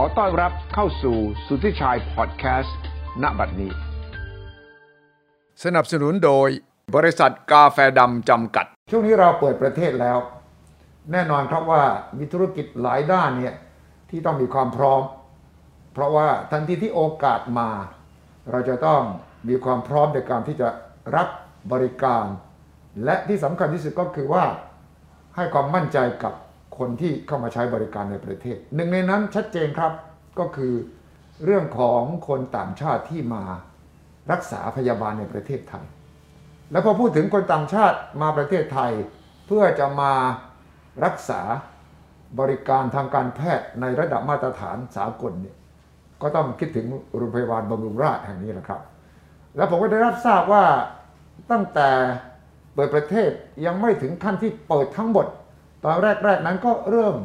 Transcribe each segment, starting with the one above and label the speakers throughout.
Speaker 1: อต้อนรับเข้าสู่สุทธิชัยพอดแคสต์ณบัดนี้ สนับสนุนโดยบริษัทกาแฟดำจำกัด ช่วงนี้เราเปิดประเทศแล้ว แน่นอนครับว่ามีธุรกิจหลายด้านเนี่ยที่ต้องมีความพร้อม เพราะว่าทันทีที่โอกาสมา เราจะต้องมีความพร้อมในการที่จะรับบริการ และที่สำคัญที่สุดก็คือว่า ให้ความมั่นใจกับคนที่เข้ามาใช้บริการในประเทศ หนึ่งในนั้นชัดเจนครับก็คือเรื่องของคนต่างชาติที่มารักษาพยาบาลในประเทศไทย แล้วพอพูดถึงคนต่างชาติมาประเทศไทย เพื่อจะมารักษาบริการทางการแพทย์ในระดับมาตรฐานสากลเนี่ยก็ต้องคิดถึงโรงพยาบาลบำรุงราษฎร์แห่งนี้แหละครับ แล้วผมก็ได้รับทราบว่าตั้งแต่เปิดประเทศยังไม่ถึงขั้นที่เปิดทั้งหมด ตอนแรก ๆ นั้นก็เริ่ม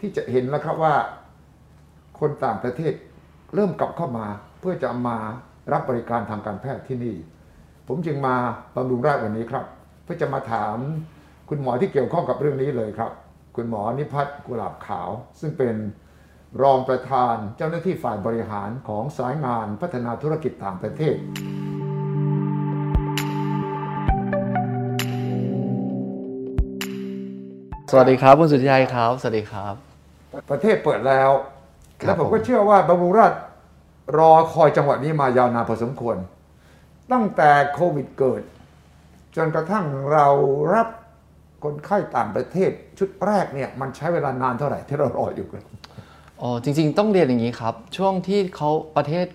Speaker 1: ที่จะเห็นแล้วครับว่า คนต่างประเทศเริ่มกลับเข้ามาเพื่อจะมารับบริการทางการแพทย์ที่นี่ ผมจึงมาบำรุงราษฎร์วันนี้ครับ เพื่อจะมาถามคุณหมอที่เกี่ยวข้องกับเรื่องนี้เลยครับ คุณหมอนิพัฒน์กุหลาบขาว ซึ่งเป็นรองประธานเจ้าหน้าที่ฝ่ายบริหารของสายงานพัฒนาธุรกิจต่างประเทศ
Speaker 2: สวัสดีครับ คุณสุทธิชัยครับ สวัสดีครับ
Speaker 1: ประเทศเปิดแล้ว
Speaker 2: ครับ
Speaker 1: แล้วผม
Speaker 2: ผม
Speaker 1: ก็เชื่อว่าบำรุงราชรอคอยจังหวะนี้มายาวนานพอสมควร ตั้งแต่โควิดเกิด จนกระทั่งเรารับคนไข้ต่างประเทศชุดแรกเนี่ย มันใช้เวลานานเท่าไหร่ที่เรารออยู่กัน
Speaker 2: อ๋อจริง ๆ ต้องเรียนอย่างนี้ครับ ช่วงที่เขาประเทศ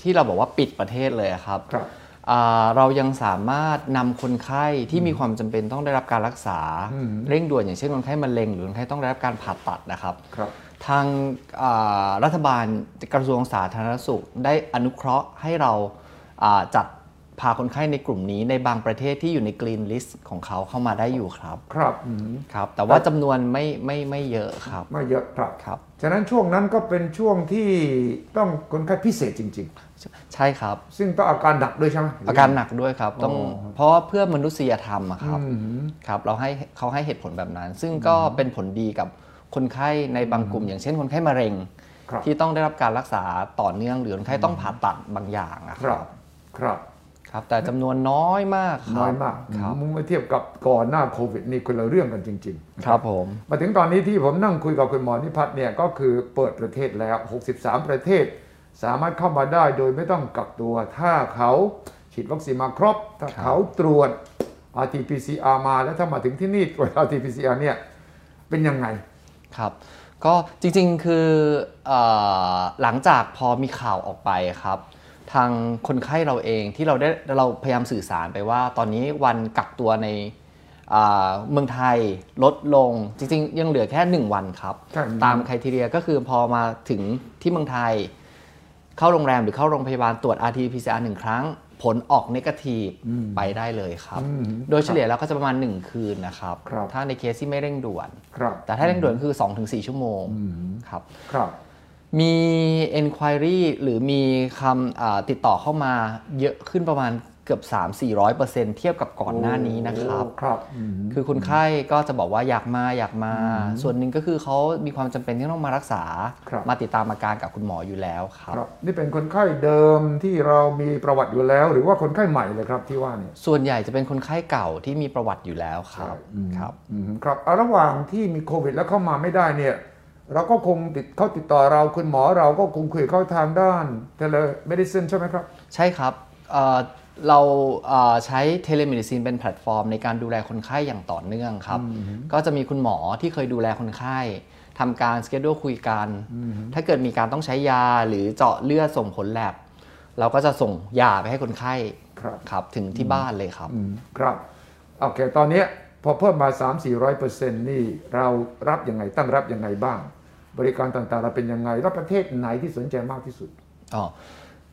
Speaker 2: ที่เราบอกว่าปิดประเทศเลยอะครับ
Speaker 1: ครับ
Speaker 2: อ่าเรายังสามารถนำคนไข้ที่มีความจำเป็นต้องได้รับการรักษา
Speaker 1: อืม
Speaker 2: เร่งด่วนอย่างเช่นคนไข้มะเร็งหรือคนไข้ต้องได้รับการผ่าตัดนะครับ
Speaker 1: ครับ
Speaker 2: ทางอ่ารัฐบาลกระทรวงสาธารณสุขได้อนุเคราะห์ให้เราอ่าจัดพาคนไข้ในกลุ่มนี้ในบางประเทศที่อยู่ในกรีนลิสต์ของเขาเข้ามาได้อยู่ครับ
Speaker 1: ครับอืม
Speaker 2: ครับ แต่ว่าจำนวนไม่ไม่ไม่เยอะครับ
Speaker 1: ไม่เยอะครับ
Speaker 2: ครับ
Speaker 1: ฉะนั้นช่วงนั้นก็เป็นช่วงที่ต้องคนไข้พิเศษจริง
Speaker 2: ใช่ครับ
Speaker 1: ๆ ซึ่งต้องอาการหนักด้วยใช่ไหม
Speaker 2: อาการหนักด้วยครับต้อง
Speaker 1: อ๋อ
Speaker 2: เพราะว่าเพื่อมนุษยธรรมอะครับ
Speaker 1: อืม
Speaker 2: ครับ เราให้เขาให้เหตุผลแบบนั้น ซึ่งก็เป็นผลดีกับคนไข้ในบางกลุ่ม อย่างเช่นคนไข้มะเร็ง
Speaker 1: ครับ
Speaker 2: ที่ต้องได้รับการรักษาต่อเนื่องหรือคนไข้ต้องผ่าตัดบางอย่างอะ
Speaker 1: ครับครับ
Speaker 2: ครับ แต่จำนวนน้อยมากครับ
Speaker 1: น้อยมาก
Speaker 2: ครับ
Speaker 1: มึงมาเทียบกับก่อนหน้าโควิดนี่คนละเรื่องกันจริง ๆ
Speaker 2: ครับผม
Speaker 1: มาถึงตอนนี้ที่ผมนั่งคุยกับคุณหมอนิพัฒน์เนี่ยก็คือเปิดประเทศแล้ว 63 ประเทศ สามารถเข้ามาได้โดยไม่ต้องกักตัว ถ้าเขาฉีดวัคซีนมาครบ ถ้าเขาตรวจ RT-PCR มาแล้วถ้ามาถึงที่นี่ตรวจ RT-PCR เนี่ยเป็นยังไง
Speaker 2: ครับ ก็จริงๆคือเอ่อหลังจากพอมีข่าวออกไปครับ ทางคนไข้เราเองที่เราได้เราพยายามสื่อสารไปว่า ตอนนี้วันกักตัวในอ่าเมืองไทยลดลงจริงๆ ยังเหลือแค่ 1 วันครับ
Speaker 1: ใช่
Speaker 2: ตามคุณทีเรียก็คือพอมาถึงที่เมืองไทย เข้าโรงแรมหรือเข้าโรงพยาบาลตรวจ RT-PCR หนึ่งครั้ง ผลออกเนกาทีฟไปได้เลยครับ
Speaker 1: อืม
Speaker 2: โดยเฉลี่ยแล้วก็จะประมาณ 1 คืนนะครับ
Speaker 1: ครับ
Speaker 2: ถ้าในเคสที่ไม่เร่งด่วน
Speaker 1: ครับ
Speaker 2: แต่ถ้าเร่งด่วนคือ 2-4 ชั่วโมงครับ
Speaker 1: ครับ
Speaker 2: มี enquiry หรือมีคำอ่าติดต่อเข้ามาเยอะขึ้นประมาณเกือบ 3-400%เทียบกับก่อนหน้านี้นะครับ
Speaker 1: ครับอืม
Speaker 2: คือคนไข้ก็จะบอกว่าอยากมาอยากมา ส่วนหนึ่งก็คือเขามีความจำเป็นที่ต้องมารักษา
Speaker 1: ครับ
Speaker 2: มาติดตามอาการกับคุณหมออยู่แล้วครับ
Speaker 1: ครับ นี่เป็นคนไข้เดิมที่เรามีประวัติอยู่แล้ว หรือว่าคนไข้ใหม่เลยครับที่ว่าเนี่ย
Speaker 2: ส่วนใหญ่จะเป็นคนไข้เก่าที่มีประวัติอยู่แล้วครับ
Speaker 1: ใช่อืม
Speaker 2: ครับ
Speaker 1: อืมครับเอาระหว่างที่มีโควิดแล้วเข้ามาไม่ได้เนี่ย เราก็คงติดเขาติดต่อเราคุณหมอเราก็คงคุยเข้าทางด้านเทเลเมดิซินใช่ไหมครับ
Speaker 2: ใช่ครับเอ่อเราเอ่อใช้เทเลม d ดิซินเป็นแพลตฟอร์มในการดูแลคนไข้อย่างต่อเนื่องครับ ก็จะมีคุณหมอที่เคยดูแลคนไข้ทำการสเกดูคุยกัน ถ้าเกิดมีการต้องใช้ยาหรือเจาะเลือดส่งผลแลบ เราก็จะส่งยาไปให้คนไข้
Speaker 1: ครับ
Speaker 2: ครับถึงที่บ้านเลยครับ
Speaker 1: อืมครับโอเคตอนเนี้ยพอเพิ่มมา 3 4 0 0เปอร์เซ็นต์นี่เรารับยังไงตั้งรับยังไงบ้าง บริการต่างๆเราเป็นยังไง แล้วประเทศไหนที่สนใจมากที่สุด
Speaker 2: อ๋อ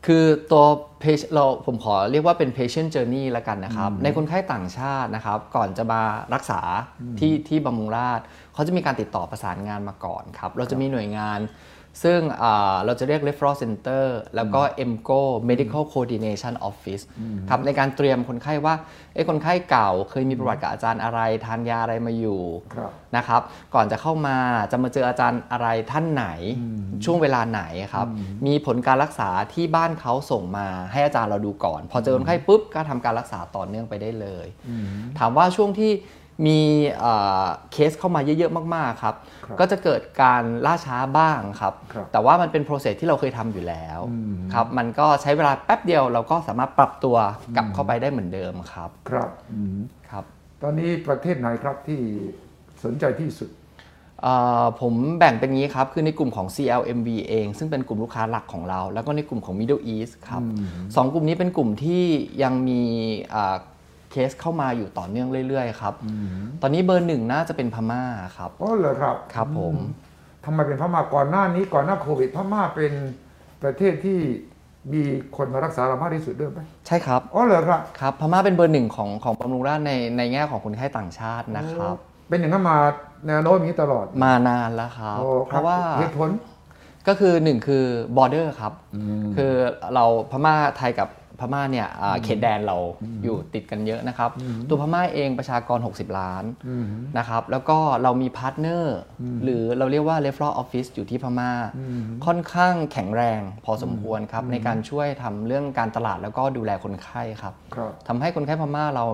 Speaker 2: คือตัว patient- เราผมขอเรียกว่าเป็น patient journey ละกันนะครับ ในคนไข้ต่างชาตินะครับ ก่อนจะมารักษาที่ที่บำรุงราษฎร์เขาจะมีการติดต่อประสานงานมาก่อนครับ เราจะมีหน่วยงาน ซึ่งอ่าเราจะเรียก referral center แล้วก็ MCO medical coordination office ครับในการเตรียมคนไข้ว่าเอ้คนไข้เก่าเคยมีประวัติกับอาจารย์อะไร ทานยาอะไรมาอยู่
Speaker 1: ครับ
Speaker 2: นะครับก่อนจะเข้ามาจะมาเจออาจารย์อะไรท่านไหนช่วงเวลาไหนครับ มีผลการรักษาที่บ้านเขาส่งมาให้อาจารย์เราดูก่อน พอเจอคนไข้ปุ๊บก็ทำการรักษาต่อเนื่องไปได้เลย ถามว่าช่วงที่มีเอ่อเคสเข้ามาเยอะๆมากๆครับ
Speaker 1: ครับ
Speaker 2: ก็จะเกิดการล่าช้าบ้างครับ
Speaker 1: ครับ
Speaker 2: แต่ว่ามันเป็น process ที่เราเคยทำอยู่แล้วครับมันก็ใช้เวลาแป๊บเดียวเราก็สามารถปรับตัวกลับเข้าไปได้เหมือนเดิมครับ
Speaker 1: ครับอืม
Speaker 2: ครับ
Speaker 1: ตอนนี้ประเทศไหนครับที่สนใจที่สุด
Speaker 2: เอ่อผมแบ่งเป็นงี้ครับ คือในกลุ่มของ CLMV เอง ซึ่งเป็นกลุ่มลูกค้าหลักของเรา แล้วก็ในกลุ่มของ Middle East ครับสองกลุ่มนี้เป็นกลุ่มที่ยังมีอ่าเคสเข้ามาอยู่ต่อเนื่องเรื่อยๆครับ ตอนนี้เบอร์หนึ่งน่าจะเป็นพม่าครับ
Speaker 1: อ๋อเหรอครับ
Speaker 2: ครับผม
Speaker 1: ทำไมเป็นพม่าก่อนหน้านี้ก่อนหน้าโควิดพม่าเป็นประเทศที่มีคนมารักษาเรามากที่สุดด้วยไหม
Speaker 2: ใช่ครับ
Speaker 1: อ๋อเหรอครับ
Speaker 2: ครับ พม่าเป็นเบอร์หนึ่งของของบำรุงราษฎร์ในในแง่ของคนไข้ต่างชาตินะครับ
Speaker 1: เป็นอย่างนั้นมาแนวโน้มอย่างนี้ตลอด
Speaker 2: มานานแล้วครับ
Speaker 1: โอ้
Speaker 2: เพราะว่า
Speaker 1: เหตุผล
Speaker 2: ก็คือหนึ่งคือ border ครับ คือเราพม่าไทยกับพม่าเนี่ยอ่าเขตแดนเราอยู่ติดกันเยอะนะครับ ตัวพม่าเองประชากร 60 ล้านนะครับแล้วก็เรามีพาร์ทเนอร์หรือเราเรียกว่า referral office อยู่ที่พม่า ค่อนข้างแข็งแรงพอสมควรครับ ในการช่วยทำเรื่องการตลาดแล้วก็ดูแลคนไข้ครับ
Speaker 1: ครับ
Speaker 2: ทำให้คนไข้พม่าเรา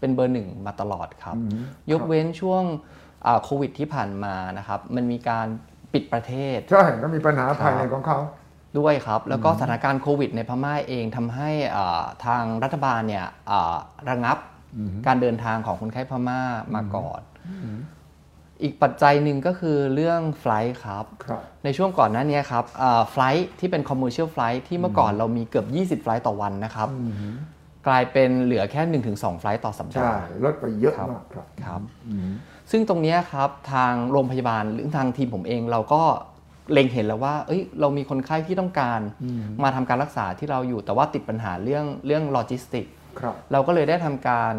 Speaker 2: เป็นเบอร์หนึ่งมาตลอดครับ ยกเว้นช่วงอ่าโควิดที่ผ่านมานะครับ มันมีการปิดประเทศ
Speaker 1: ใช่ก็มีปัญหาภายในของเขา
Speaker 2: ด้วยครับ แล้วก็สถานการณ์โควิดในพม่าเองทำให้อ่าทางรัฐบาลเนี่ยอ่าระงับการเดินทางของคนไข้พม่ามาก่อน อีกปัจจัยหนึ่งก็คือเรื่องไฟลท์ครับ
Speaker 1: ครับ
Speaker 2: ในช่วงก่อนหน้านี้ครับไฟลท์ที่เป็นคอมเมอร์เชียลไฟลท์ที่เมื่อก่อนเรามีเกือบ 20ไฟลท์ต่อวันนะครับ กลายเป็นเหลือแค่ 1-2ไฟลท์ต่อสัป
Speaker 1: ใช่
Speaker 2: ดาห์
Speaker 1: ลดไปเยอะมากครับ
Speaker 2: ครับซึ่งตรงเนี้ยครับทางโรงพยาบาลหรือทางทีมผมเองเราก็เล็งเห็นแล้วว่า เอ้ยเรามีคนไข้ที่ต้องการมาทำการรักษาที่เราอยู่ แต่ว่าติดปัญหาเรื่องเรื่องโลจิสติก
Speaker 1: ครับ
Speaker 2: เราก็เลยได้ทำการ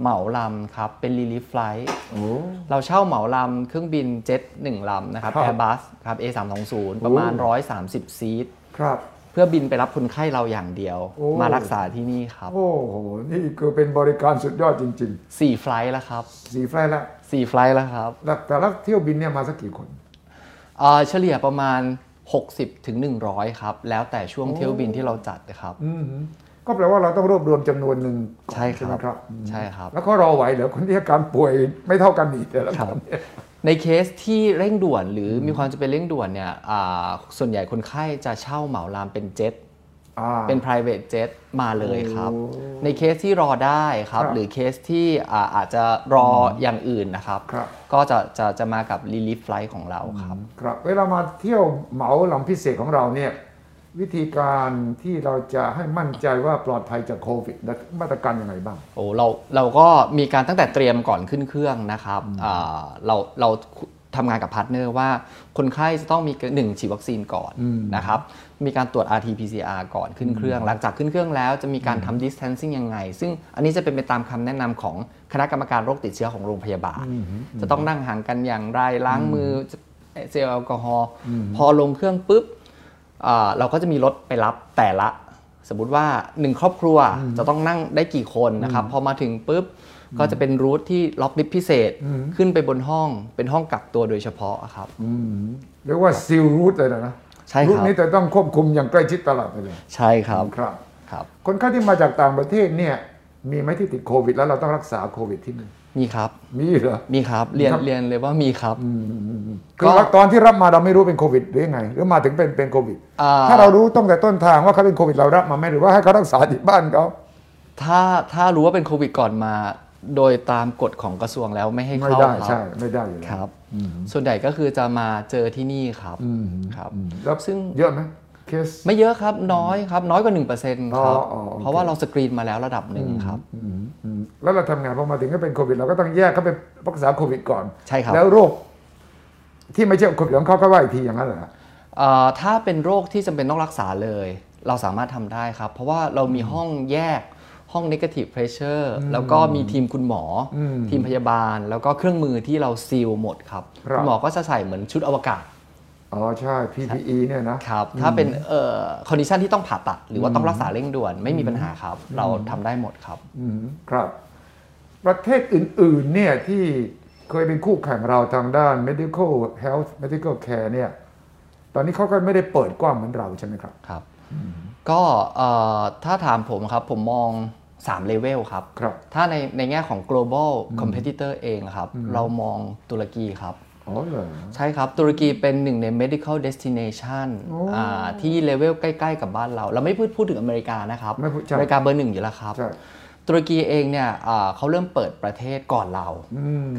Speaker 2: เหมาลำครับ เป็นรีลิฟไฟล์
Speaker 1: โอ้
Speaker 2: เราเช่าเหมาลำเครื่องบินเจ็ตหนึ่งลำนะครับ
Speaker 1: ครับ
Speaker 2: แอร์บัสครับ A320 ประมาณ
Speaker 1: โอ้
Speaker 2: 130 ซีท
Speaker 1: ครับ
Speaker 2: เพื่อบินไปรับคนไข้เราอย่างเดียว
Speaker 1: โอ้
Speaker 2: มารักษาที่นี่ครับ
Speaker 1: โอ้โห นี่คือเป็นบริการสุดยอดจริง
Speaker 2: สี่ไฟล์แล้วครับ
Speaker 1: ๆ สีไฟล์ละ
Speaker 2: สี่ไฟล์แล้วครับ
Speaker 1: แล้วแต่ละเที่ยวบินเนี่ยมาสักกี่คน
Speaker 2: เอ่อเฉลี่ยประมาณ 60ถึง100 ครับ แล้วแต่ช่วงเที่ยวบินที่เราจัดนะครับ
Speaker 1: อืมก็แปลว่าเราต้องรวบรวมจำนวนหนึ่งก่อน
Speaker 2: ใช่ค
Speaker 1: ไหม
Speaker 2: รับ
Speaker 1: ครับ
Speaker 2: ใช่ครับ
Speaker 1: แล้วก็รอไหวเหรอคนที่อาการป่วยไม่เท่ากันอีกแต่ละ
Speaker 2: ครั
Speaker 1: ค
Speaker 2: บ
Speaker 1: นเนี่ย
Speaker 2: ในเคสที่เร่งด่วนหรือมีความจะเป็นเร่งด่วนเนี่ยอ่าส่วนใหญ่คนไข้จะเช่าเหมาลามเป็นเจ็ต
Speaker 1: อ่า
Speaker 2: เป็น private jet มาเลยครับ
Speaker 1: โอ้
Speaker 2: ในเคสที่รอได้ครับ
Speaker 1: ครับ
Speaker 2: หรือเคสที่อ่าอาจจะรออย่างอื่นนะครับ
Speaker 1: ครับ
Speaker 2: ก็จะจะจะมากับ relief flight ของเราครับ
Speaker 1: ครับ เวลามาเที่ยวเหมาลำพิเศษของเราเนี่ย วิธีการที่เราจะให้มั่นใจว่าปลอดภัยจากโควิดและมาตรการยังไงบ้าง
Speaker 2: โอ้เราเราก็มีการตั้งแต่เตรียมก่อนขึ้นเครื่องนะครับอ่าเราเราทำงานกับพาร์ทเนอร์ว่าคนไข้จะต้องมีหนึ่งฉีดวัคซีนก่อนนะครับ มีการตรวจ RT-PCR ก่อนขึ้นเครื่อง หลังจากขึ้นเครื่องแล้วจะมีการทำ distancing ยังไง ซึ่งอันนี้จะเป็นไปตามคำแนะนำของคณะกรรมการโรคติดเชื้อของโรงพยาบาล จะต้องนั่งห่างกันอย่างไรล้างมือเจลแอลกอฮอล์พอลงเครื่องปุ๊บ อ่าเราก็จะมีรถไปรับแต่ละ สมมติว่าหนึ่งครอบครัวจะต้องนั่งได้กี่คนนะครับ พอมาถึงปุ๊บ ก็จะเป็นรูทที่ล็อกลิฟต์พิเศษขึ้นไปบนห้องเป็นห้องกักตัวโดยเฉพาะอะครับ
Speaker 1: เรียกว่าซิลรูทเลยนะ
Speaker 2: ใช่ครับ
Speaker 1: รูทนี้จะต้องควบคุมอย่างใกล้ชิดตลอดไปเลย
Speaker 2: ใช่ครับ
Speaker 1: ครับ
Speaker 2: ครับ
Speaker 1: คนไข้ที่มาจากต่างประเทศเนี่ย มีไหมที่ติดโควิด แล้วเราต้องรักษาโควิดที่นั่น
Speaker 2: มีครับ
Speaker 1: มีเหรอ
Speaker 2: มีครับเรียน
Speaker 1: ครับ
Speaker 2: เรียนเลยว่ามีครับ
Speaker 1: คือว่าตอนที่รับมาเราไม่รู้เป็นโควิดหรือยังไง หรือมาถึงเป็นเป็นโควิด
Speaker 2: อ่า
Speaker 1: ถ้าเรารู้ตั้งแต่ต้นทางว่าเขาเป็นโควิดเรารับมาไหมหรือว่าให้เขารักษาที่บ้านเขา
Speaker 2: ถ้าถ้ารู้ว่าเป็นโควิดก่อนมา โดยตามกฎของกระทรวงแล้วไม่ให้
Speaker 1: ไม่
Speaker 2: เข้า
Speaker 1: ได้
Speaker 2: ค
Speaker 1: ใช่
Speaker 2: รับ
Speaker 1: ไม่ได้อยู่แล้ว
Speaker 2: ครับ ส่วนใหญ่ก็คือจะมาเจอที่นี่ครับครับ
Speaker 1: แล้ว
Speaker 2: ซึ่ง
Speaker 1: เยอะไหมเคส
Speaker 2: ไม่เยอะครับน้อยครับน้อยกว่า1%ครับ
Speaker 1: อ๋ออ๋อโอเค
Speaker 2: เพราะว่าเราสกรีนมาแล้วระดับหนึ่งครับ
Speaker 1: อืมแล้วเราทำงานพอมาถึงก็เป็นโควิด เราก็ต้องแยกเขาไปรักษาโควิดก่อน
Speaker 2: ใช่ครับ
Speaker 1: แล้วโรค ที่ไม่ใช่โควิดของเขาก็ว่าอีกทีอย่างนั้นเหรอฮะ
Speaker 2: เอ่อถ้าเป็นโรคที่จำเป็นต้องรักษาเลย เราสามารถทำได้ครับ เพราะว่าเรามีห้องแยกห้อง negative pressure แล้วก็มีทีมคุณหมออ
Speaker 1: ม
Speaker 2: ทีมพยาบาล แล้วก็เครื่องมือที่เราซีลหมดครับ
Speaker 1: ครับ
Speaker 2: ณหมอก็จะใส่เหมือนชุดอวกาศ
Speaker 1: อ๋อใช่ PPE เนี่ยนะ
Speaker 2: ครับ ถ้าเป็นเอ่อคอนดิชันที่ต้องผ่าตัด หรือว่าต้องรักษาเร่งด่วนไม่มีปัญหาครับ เราทำได้หมดครับ
Speaker 1: อืมครับ ประเทศอื่น ๆ เนี่ยที่เคยเป็นคู่แข่งเราทางด้าน medical health medical care เนี่ย ตอนนี้เขาก็ไม่ได้เปิดกว้างเหมือนเราใช่ไหมครับ
Speaker 2: ครับ ก็เอ่อถ้าถามผมครับ ผมมอง3เลเวลครับ
Speaker 1: ครับ
Speaker 2: ถ้าในในแง่ของ global competitor เองครับ เรามองตุรกีครับ
Speaker 1: อ๋อเหรอ
Speaker 2: ใช่ครับ ตุรกีเป็นหนึ่งใน medical destination
Speaker 1: โอ้
Speaker 2: อ่าที่เลเวลใกล้ ๆ กับบ้านเรา เราไม่พูดพูดถึงอเมริกานะครับ
Speaker 1: ไม่พูดใช่
Speaker 2: อเมริกาเบอร์หนึ่งอยู่แล้วครับ
Speaker 1: ใช่
Speaker 2: ตุรกีเองเนี่ยอ่าเขาเริ่มเปิดประเทศก่อนเรา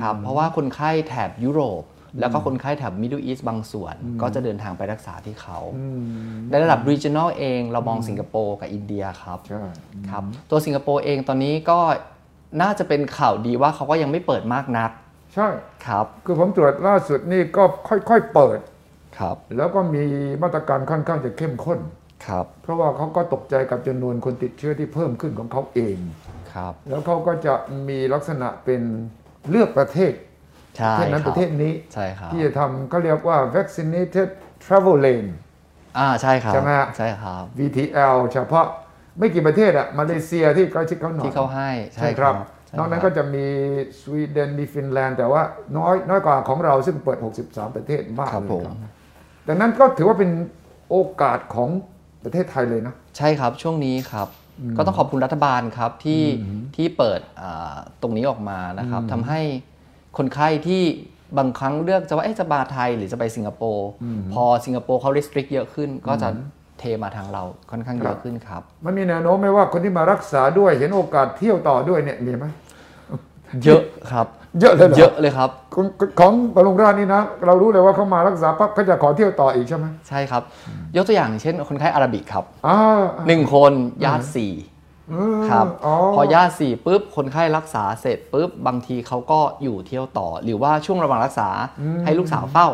Speaker 2: ครับเพราะว่าคนไข้แถบยุโรป แล้วก็คนไข้แถบมิดเดิลอีสบางส่วน ก็จะเดินทางไปรักษาที่เขาในระดับ regional เองเรามองสิงคโปร์กับอินเดียครับ
Speaker 1: ใช่
Speaker 2: ครับตัวสิงคโปร์เองตอนนี้ก็น่าจะเป็นข่าวดีว่าเขาก็ยังไม่เปิดมากนัก
Speaker 1: ใช่
Speaker 2: ครับ
Speaker 1: คือผมตรวจล่าสุดนี่ก็ค่อย ๆ เปิด
Speaker 2: ครับ
Speaker 1: แล้วก็มีมาตรการค่อนข้างจะเข้มข้น
Speaker 2: ครับ
Speaker 1: เพราะว่าเขาก็ตกใจกับจำนวนคนติดเชื้อที่เพิ่มขึ้นของเขาเอง
Speaker 2: ครับ
Speaker 1: แล้วเขาก็จะมีลักษณะเป็นเลือกประเทศ
Speaker 2: ใช่
Speaker 1: ประเทศ
Speaker 2: ค
Speaker 1: นั้
Speaker 2: รั
Speaker 1: นประเทศนี้
Speaker 2: ใช่ครับ
Speaker 1: ที่จะทำเขาเรียกว่า vaccinated travel lane
Speaker 2: อ่าใช่ครับ
Speaker 1: ใช่ไหมฮะ
Speaker 2: ใช่ครับ
Speaker 1: VTL เฉพาะไม่กี่ประเทศอะมาเลเซียที่ใกล้ชิดเขาหน่อย
Speaker 2: ที่เขาให้ใช่
Speaker 1: ใช่
Speaker 2: ค
Speaker 1: ค
Speaker 2: รั
Speaker 1: รั
Speaker 2: บบ ใช่
Speaker 1: นอกนั้น
Speaker 2: ค
Speaker 1: ก็
Speaker 2: รับ
Speaker 1: จะมีสวีเดนมีฟินแลนด์ แต่ว่าน้อยน้อยกว่าของเราซึ่งเปิด 63 ประเทศมาก
Speaker 2: ครับ
Speaker 1: เลย
Speaker 2: ผม
Speaker 1: ดังนั้นก็ถือว่าเป็นโอกาสของประเทศไทยเลยนะ
Speaker 2: ใช่ครับช่วงนี้ครับ ก็ต้องขอบคุณรัฐบาลครับที่ที่เปิดอ่าตรงนี้ออกมานะครับทำให้คนไข้ที่บางครั้งเลือกจะว่าเอ๊ะจะมาไทยหรือจะไปสิงคโปร์พอสิงคโปร์เขา restrict เยอะขึ้น ก็จะเทมาทางเราค่อนข้างเย
Speaker 1: ครั
Speaker 2: อะ
Speaker 1: บ
Speaker 2: ขึ้นครับ
Speaker 1: มันมีแนวโน้มไหมว่าคนที่มารักษาด้วยเห็นโอกาสเที่ยวต่อด้วยเนี่ยมีไหม
Speaker 2: เยอะครับ
Speaker 1: เยอะเลยเหรอ
Speaker 2: เยอะเลยครับ
Speaker 1: ของของบำรุงราชนี่นะ เรารู้เลยว่าเขามารักษาปั๊บเขาจะขอเที่ยวต่ออีกใช่ไหม
Speaker 2: ใช่ครับ ยกตัวอย่างเช่น คนไข้อาราบิกครับ
Speaker 1: อ่า
Speaker 2: หนึ่งคนญาติสี่
Speaker 1: อืม
Speaker 2: ครับ
Speaker 1: อ๋อ
Speaker 2: พอญาติสี่ปุ๊บคนไข้รักษาเสร็จปุ๊บบางทีเขาก็อยู่เที่ยวต่อ หรือว่าช่วงระหว่างรักษาให้ลูกสาวเฝ้า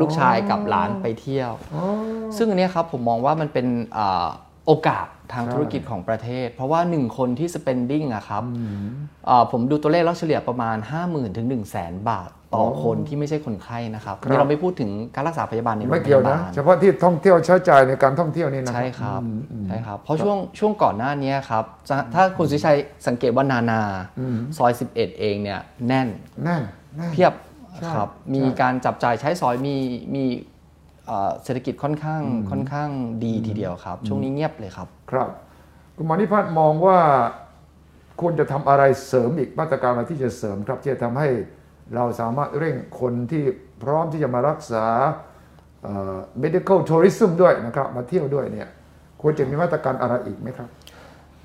Speaker 2: ลูกชายกับหลานไปเที่ยว ซึ่งอันเนี้ยครับผมมองว่ามันเป็นอาโอกาสทางธุรกิจของประเทศ เพราะว่า 1 คนที่ spending อะครับอ่าผมดูตัวเลขแล้วเฉลี่ยประมาณ 50,000ถึง1 0 0 0 0 0 บาทต่อคนที่ไม่ใช่คนไข้นะครับ
Speaker 1: ครับ
Speaker 2: นี่เราไม่พูดถึงการรักษาพยาบาลในโรงพ
Speaker 1: ไม่เกี่ยวย
Speaker 2: า
Speaker 1: นะ
Speaker 2: บาล
Speaker 1: เฉพาะที่ท่องเที่ยวใช้จ่ายในการท่องเที่ยวนี่นะ
Speaker 2: ใช่ครับใช่ครับ เพราะช่วงช่วงก่อนหน้านี้ครับจะถ้าคุณสุชัยสังเกตว่านานาซอย 11 เองเนี่ยแน่น
Speaker 1: แน่นแน่น
Speaker 2: เพียบ
Speaker 1: ใช่
Speaker 2: ครับ
Speaker 1: ใช่
Speaker 2: มีการจับจ่ายใช้สอยมีมีเอ่อเศรษฐกิจค่อนข้างค่อนข้างดีทีเดียวครับ ช่วงนี้เงียบเลยครับ
Speaker 1: ครับ คุณหมอนิพัฒน์มองว่าควรจะทำอะไรเสริมอีกมาตรการอะไรที่จะเสริมครับ ที่จะทำให้เราสามารถเร่งคนที่พร้อมที่จะมารักษาเอ่อ medical tourism ด้วยนะครับ มาเที่ยวด้วยเนี่ย ควรจะมีมาตรการอะไรอีกไหมครับ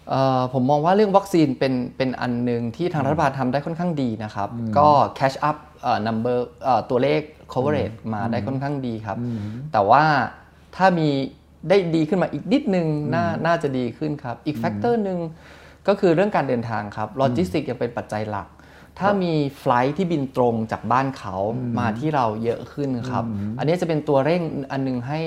Speaker 2: เอ่อผมมองว่าเรื่องวัคซีนเป็นเป็นอันหนึ่งที่ทางรัฐบาลทำได้ค่อนข้างดีนะครับ ก็ catch up เอ่อ number เอ่อตัวเลข coverage มาได้ค่อนข้างดีครับ แต่ว่าถ้ามีได้ดีขึ้นมาอีกนิดนึงน่าน่าจะดีขึ้นครับ อีกแฟกเตอร์หนึ่งก็คือเรื่องการเดินทางครับโลจิสติกยังเป็นปัจจัยหลัก ถ้ามีไฟลท์ที่บินตรงจากบ้านเขามาที่เราเยอะขึ้นครับ อันนี้จะเป็นตัวเร่งอันหนึงให้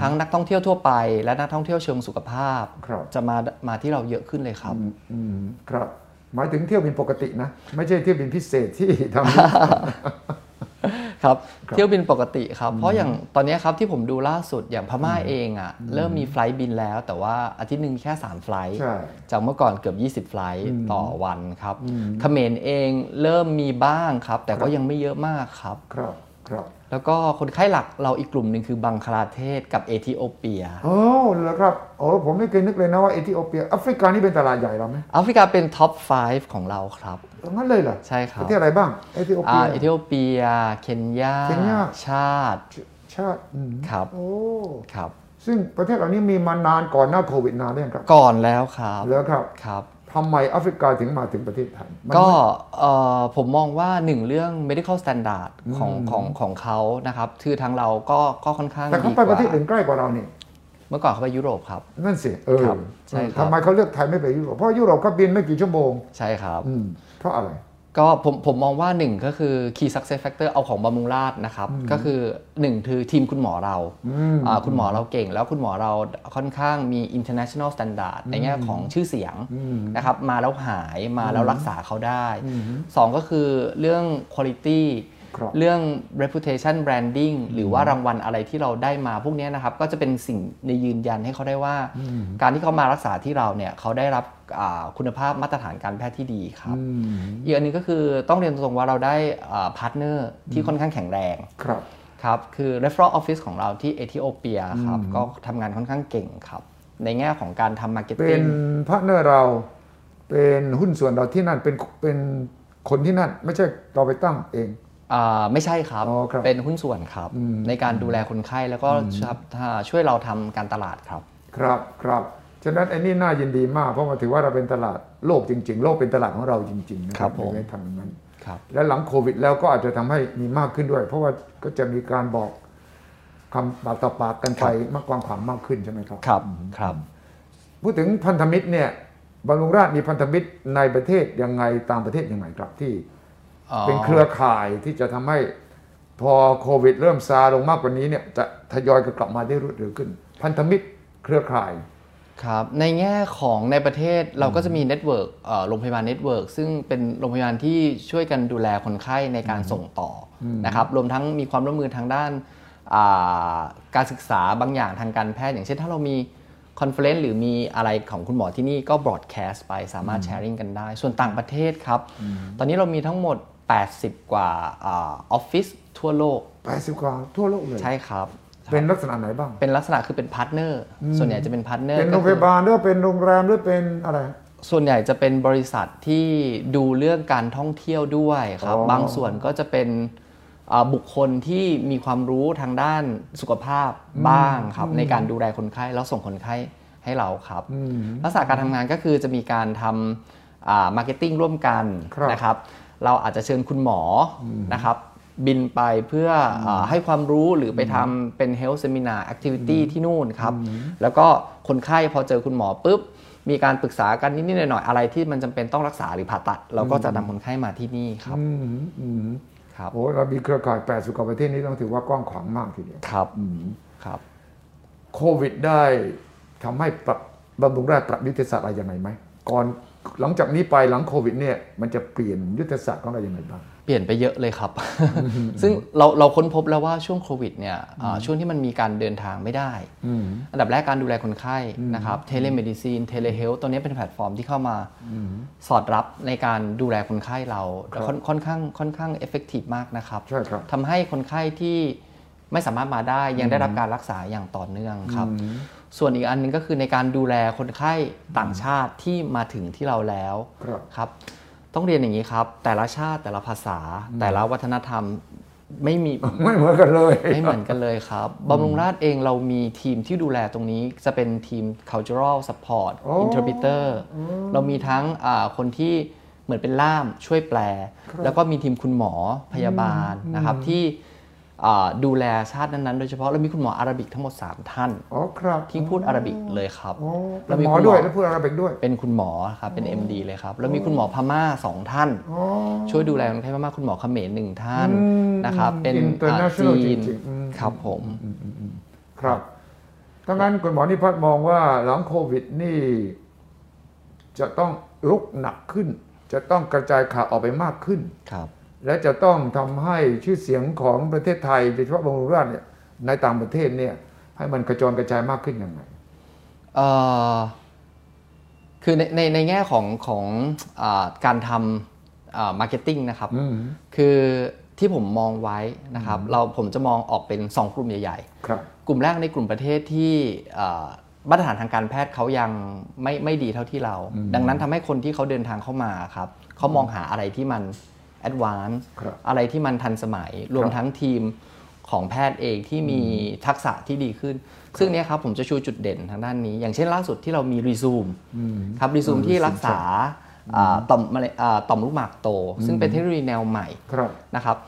Speaker 2: ทั้งนักท่องเที่ยวทั่วไป และนักท่องเที่ยวเชิงสุขภาพ
Speaker 1: ครับ
Speaker 2: จะมามาที่เราเยอะขึ้นเลยครับ
Speaker 1: อืมครับ หมายถึงเที่ยวบินปกตินะ ไม่ใช่เที่ยวบินพิเศษที่ทำ
Speaker 2: ครับเที่ยวบินปกติครับ เพราะอย่างตอนเนี้ยครับที่ผมดูล่าสุดอย่างพม่าเองอะ่ะเริ่มมีไฟลท์บินแล้ว แต่ว่าอาทิตย์หนึ่งแค่ 3 ไฟลท์
Speaker 1: ใช่
Speaker 2: จากเมื่อก่อนเกือบ 20 ไฟลท์ต่อวันครับเขมรเองเริ่มมีบ้างครับ แต่ก็ยังไม่เยอะมากครับ
Speaker 1: ครับครับ
Speaker 2: แล้วก็คนไข้หลักเราอีกกลุ่มหนึ่งคือบังคลาเทศกับเอธิโอเปีย
Speaker 1: โอ้แล้วครับโอ้ผมไม่เคยนึกเลยนะว่าเอธิโอเปียแอฟริกานี่เป็นตลาดใหญ่เราไหม
Speaker 2: แอฟริกาเป็นท็อป 5 ของเราครับ
Speaker 1: งั้นเลยเหรอ
Speaker 2: ใช่ครั
Speaker 1: ป
Speaker 2: บ
Speaker 1: ระเทศอะไรบ้างเอธิโอเปี
Speaker 2: อ่าย เอธิโอเปีย เคนยา
Speaker 1: เคนยา
Speaker 2: ชาติ
Speaker 1: ชาติอืม
Speaker 2: ครับ
Speaker 1: โอ้
Speaker 2: ครับ
Speaker 1: ซึ่งประเทศเหล่านี้มีมานานก่อนหน้าโควิดนานเรื่อยังครับ
Speaker 2: ก่อนแล้วครับ
Speaker 1: แล้วครับ
Speaker 2: ครับ
Speaker 1: ทำไมแอฟริกาถึงมาถึงประเทศไทยมัน
Speaker 2: ก็เอ่อผมมองว่าหนึ่งเรื่อง medical standard ของของของเขานะครับคือทางเราก็ก็ค่อนข้าง
Speaker 1: แต่
Speaker 2: ดี
Speaker 1: เขา
Speaker 2: ก
Speaker 1: ไปประ
Speaker 2: ว่า
Speaker 1: เทศอื่นใกล้กว่าเรานี่
Speaker 2: เมื่อก่อนเขาไปยุโรปครับ
Speaker 1: นั่นสิเออ
Speaker 2: ครับใช่ครับ
Speaker 1: ทำไมเขาเลือกไทยไม่ไปยุโรปเพราะยุโรปก็บินไม่กี่ชั่วโมง
Speaker 2: ใช่ครับ
Speaker 1: อืมเพราะอะไร
Speaker 2: ก็ผมผมมองว่าหนึ่งก็คือ key success factor เอาของบามูราชนะครับ ก็คือหนึ่งคือทีมคุณหมอเราอ่าคุณหมอเราเก่ง แล้วคุณหมอเราค่อนข้างมี international standard ในแง่ของชื่อเสียงนะครับมาแล้วหายมาแล้วรักษาเขาได้สองก็คือเรื่อง quality
Speaker 1: ครับ
Speaker 2: เรื่อง reputation branding หรือว่ารางวัลอะไรที่เราได้มาพวกเนี้ยนะครับ ก็จะเป็นสิ่งในยืนยันให้เขาได้ว่า การที่เขามารักษาที่เราเนี่ยเขาได้รับอ่าคุณภาพมาตรฐานการแพทย์ที่ดีครับ อีกอันหนึงก็คือต้องเรียนตรงๆว่าเราได้พาร์ทเนอร์ที่ค่อนข้างแข็งแรง
Speaker 1: ครับ
Speaker 2: ครับ คือ referral office ของเราที่เอธิโอเปียครับ ก็ทำงานค่อนข้างเก่งครับ ในแง่ของการทำมาร์เก็ต
Speaker 1: เป็
Speaker 2: ติ้ง
Speaker 1: นพาร์ทเนอร์เรา เป็นหุ้นส่วนเราที่นั่นเป็นเป็นคนที่นั่น ไม่ใช่เราไปตั้งเอง
Speaker 2: ไม่ใช่ครับ
Speaker 1: อ๋อครับ
Speaker 2: เป็นหุ้นส่วนครับ ในการดูแลคนไข้แล้วก็ช่วยเราทำการตลาดครับ
Speaker 1: ครับครับฉะนั้นไอ้นี่น่ายินดีมาก เพราะมันถือว่าเราเป็นตลาดโลกจริง ๆ โลกเป็นตลาดของเราจริงๆนะครับ
Speaker 2: ผม
Speaker 1: ในทางนั้น
Speaker 2: ครับ
Speaker 1: และหลังโควิดแล้วก็อาจจะทำให้มีมากขึ้นด้วย เพราะว่าก็จะมีการบอกคำปากต่อปากกันไปมากกวางขวางมากขึ้นใช่ไหมครับ
Speaker 2: ครับ ครับ
Speaker 1: พูดถึงพันธมิตรเนี่ยบำรุงราชมีพันธมิตรในประเทศยังไงต่างประเทศยังไงครับที่ เป็นเครือข่ายที่จะทำให้พอโควิด เริ่มซาลงมากกว่านี้เนี่ยจะทยอยกลับมาได้รวดเร็วขึ้น พันธมิตรเครือข่าย
Speaker 2: ครับ ในแง่ของในประเทศเราก็จะมีเน็ตเวิร์กเอ่อโรงพยาบาลเน็ตเวิร์กซึ่งเป็นโรงพยาบาลที่ช่วยกันดูแลคนไข้ในการส่งต่ออนะครับรวมทั้งมีความร่วมมือทางด้านอ่าการศึกษาบางอย่างทางการแพทย์ อย่างเช่นถ้าเรามีคอนเฟล e นซ์หรือมีอะไรของคุณหมอที่นี่ก็บ r อ a แคสต์ไปสามารถแชร์ริงกันได้ ส่วนต่างประเทศครับ ตอนนี้เรามีทั้งหมด 80 กว่าออฟฟิศทั่วโลก
Speaker 1: 80กว่าทั่วโลกเลย
Speaker 2: ใช่ครับ
Speaker 1: เป็นลักษณะไหนบ้าง
Speaker 2: เป็นลักษณะคือเป็นพาร์ทเนอร์ส่วนใหญ่จะเป็นพาร์ทเนอร์
Speaker 1: เป็นโรงพยาบาลหรือเป็นโรงแรมหรือเป็นอะไร
Speaker 2: ส่วนใหญ่จะเป็นบริษัทที่ดูเรื่องการท่องเที่ยวด้วยครับ
Speaker 1: อ๋อ
Speaker 2: บางส่วนก็จะเป็นอ่าบุคคลที่มีความรู้ทางด้านสุขภาพบ้างครับ ในการดูแลคนไข้แล้วส่งคนไข้ให้เราครับ ลักษณะการทำงานก็คือจะมีการทำมาร์เก็ตติ้งร่วมกัน
Speaker 1: ครับ
Speaker 2: นะครับ เราอาจจะเชิญคุณหมออนะครับ บินไปเพื่ออาให้ความรู้หรือไปทำเป็น Health Seminar Activity ที่นู่นครับ แล้วก็คนไข้พอเจอคุณหมอปุ๊บ มีการปรึกษากันนิดๆหน่อยๆอะไรที่มันจำเป็นต้องรักษาหรือผ่าตัด เราก็จะนำคนไข้มาที่นี่ครับ
Speaker 1: อืมอืม
Speaker 2: ครับ
Speaker 1: โอ้เรามีเครือข่าย 80กว่าประเทศนี้ต้องถือว่ากว้างขวางมากทีเดียว
Speaker 2: ครับครับ
Speaker 1: โควิดได้ทำให้ปรับบำรุงราชปรับยุทธศาสตร์อะไรยังไงไหมก่อนหลังจากนี้ไปหลังโควิดเนี่ยมันจะเปลี่ยนยุทธศาสตร์ของเรายังไงบ้าง
Speaker 2: เปลี่ยนไปเยอะเลยครับ ซึ่งเราเราค้นพบแล้วว่าช่วงโควิดเนี่ยอ่าช่วงที่มันมีการเดินทางไม่ได้ อันดับแรกการดูแลคนไข้นะครับ เทเลเมดิซีน เทเลเฮลตัวนี้เป็นแพลตฟอร์มที่เข้ามาสอดรับในการดูแลคนไข้เรา
Speaker 1: ครับ
Speaker 2: ค่อนค่อนข้างค่อนข้างเอฟเฟกตีฟมากนะครับ
Speaker 1: ใช่ครับ
Speaker 2: ทำให้คนไข้ที่ไม่สามารถมาได้ยังได้รับการรักษาอย่างต่อเนื่องครับ ส่วนอีกอันหนึงก็คือในการดูแลคนไข้ต่างชาติที่มาถึงที่เราแล้ว
Speaker 1: ครับ
Speaker 2: ครับ ต้องเรียนอย่างนี้ครับ แต่ละชาติแต่ละภาษา แต่ละวัฒนธรรมไม่มี
Speaker 1: ไม่เหมือนกันเลย
Speaker 2: ไม่เหมือนกันเลยครับบำรุงราษฎร์เองเรามีทีมที่ดูแลตรงนี้จะเป็นทีม cultural support
Speaker 1: โอ้
Speaker 2: interpreter เรามีทั้งอ่าคนที่เหมือนเป็นล่ามช่วยแปล แล้วก็มีทีมคุณหมอพยาบาลนะครับที่อ่าดูแลชาตินั้นๆ โดยเฉพาะเรามีคุณหมออาหรับิกทั้งหมด 3 ท่าน
Speaker 1: อ๋อครับ
Speaker 2: ที่พูดอาหรับิกเลยครับ
Speaker 1: โอ้
Speaker 2: เรา
Speaker 1: เป็นห
Speaker 2: มี
Speaker 1: มอ
Speaker 2: คุณหมอ
Speaker 1: ด้วยแล้วพูดอาหรับิกด้วย
Speaker 2: เป็นคุณหมอครับเป็น MD เลยครับแล้วมีคุณหมอพม่าสองท่าน
Speaker 1: อ๋อ
Speaker 2: ช่วยดูแลคนไข้พม่าคุณหมอเขมรหนึ่งท่าน
Speaker 1: อืม
Speaker 2: นะครับเป็นอ่า
Speaker 1: international
Speaker 2: จีน
Speaker 1: จริงๆอืม
Speaker 2: ครับผม
Speaker 1: ครับดังนั้นคุณหมอนิพัฒน์มองว่าหลังโควิดนี่ จะต้องรุกหนักขึ้น จะต้องกระจายข่าวออกไปมากขึ้น
Speaker 2: ครับ
Speaker 1: และจะต้องทำให้ชื่อเสียงของประเทศไทยโดยเฉพาะบำรุงราชเนี่ยในต่างประเทศเนี่ย ให้มันกระจรกระจายมากขึ้นยังไง
Speaker 2: เอ่อคือในในในแง่ของของอาการทำมาร์เก็ตติ้งนะครับ
Speaker 1: อืม
Speaker 2: คือที่ผมมองไว้นะครับ เราผมจะมองออกเป็น 2 กลุ่มใหญ่
Speaker 1: ครับ
Speaker 2: ๆ กลุ่มแรกในกลุ่มประเทศที่อ่ามาตรฐานทางการแพทย์เขายังไม่ไม่ดีเท่าที่เรา ดังนั้นทำให้คนที่เขาเดินทางเข้ามาครับเขามองหาอะไรที่มันแอดวานซ์
Speaker 1: ครับ
Speaker 2: อะไรที่มันทันสมัย รวม
Speaker 1: ครับ
Speaker 2: ทั้งทีมของแพทย์เองที่มีทักษะที่ดีขึ้น ซึ่งเนี้ยครับผมจะชูจุดเด่นทางด้านนี้ อย่างเช่นล่าสุดที่เรามีรีซูมครับรีซูมที่รักษาอ่าต่อมมะเร็งอ่าต่อมลูกหมากโต ซึ่งเป็นเทคโนโลยีแนวใหม่
Speaker 1: ครับ
Speaker 2: นะครับ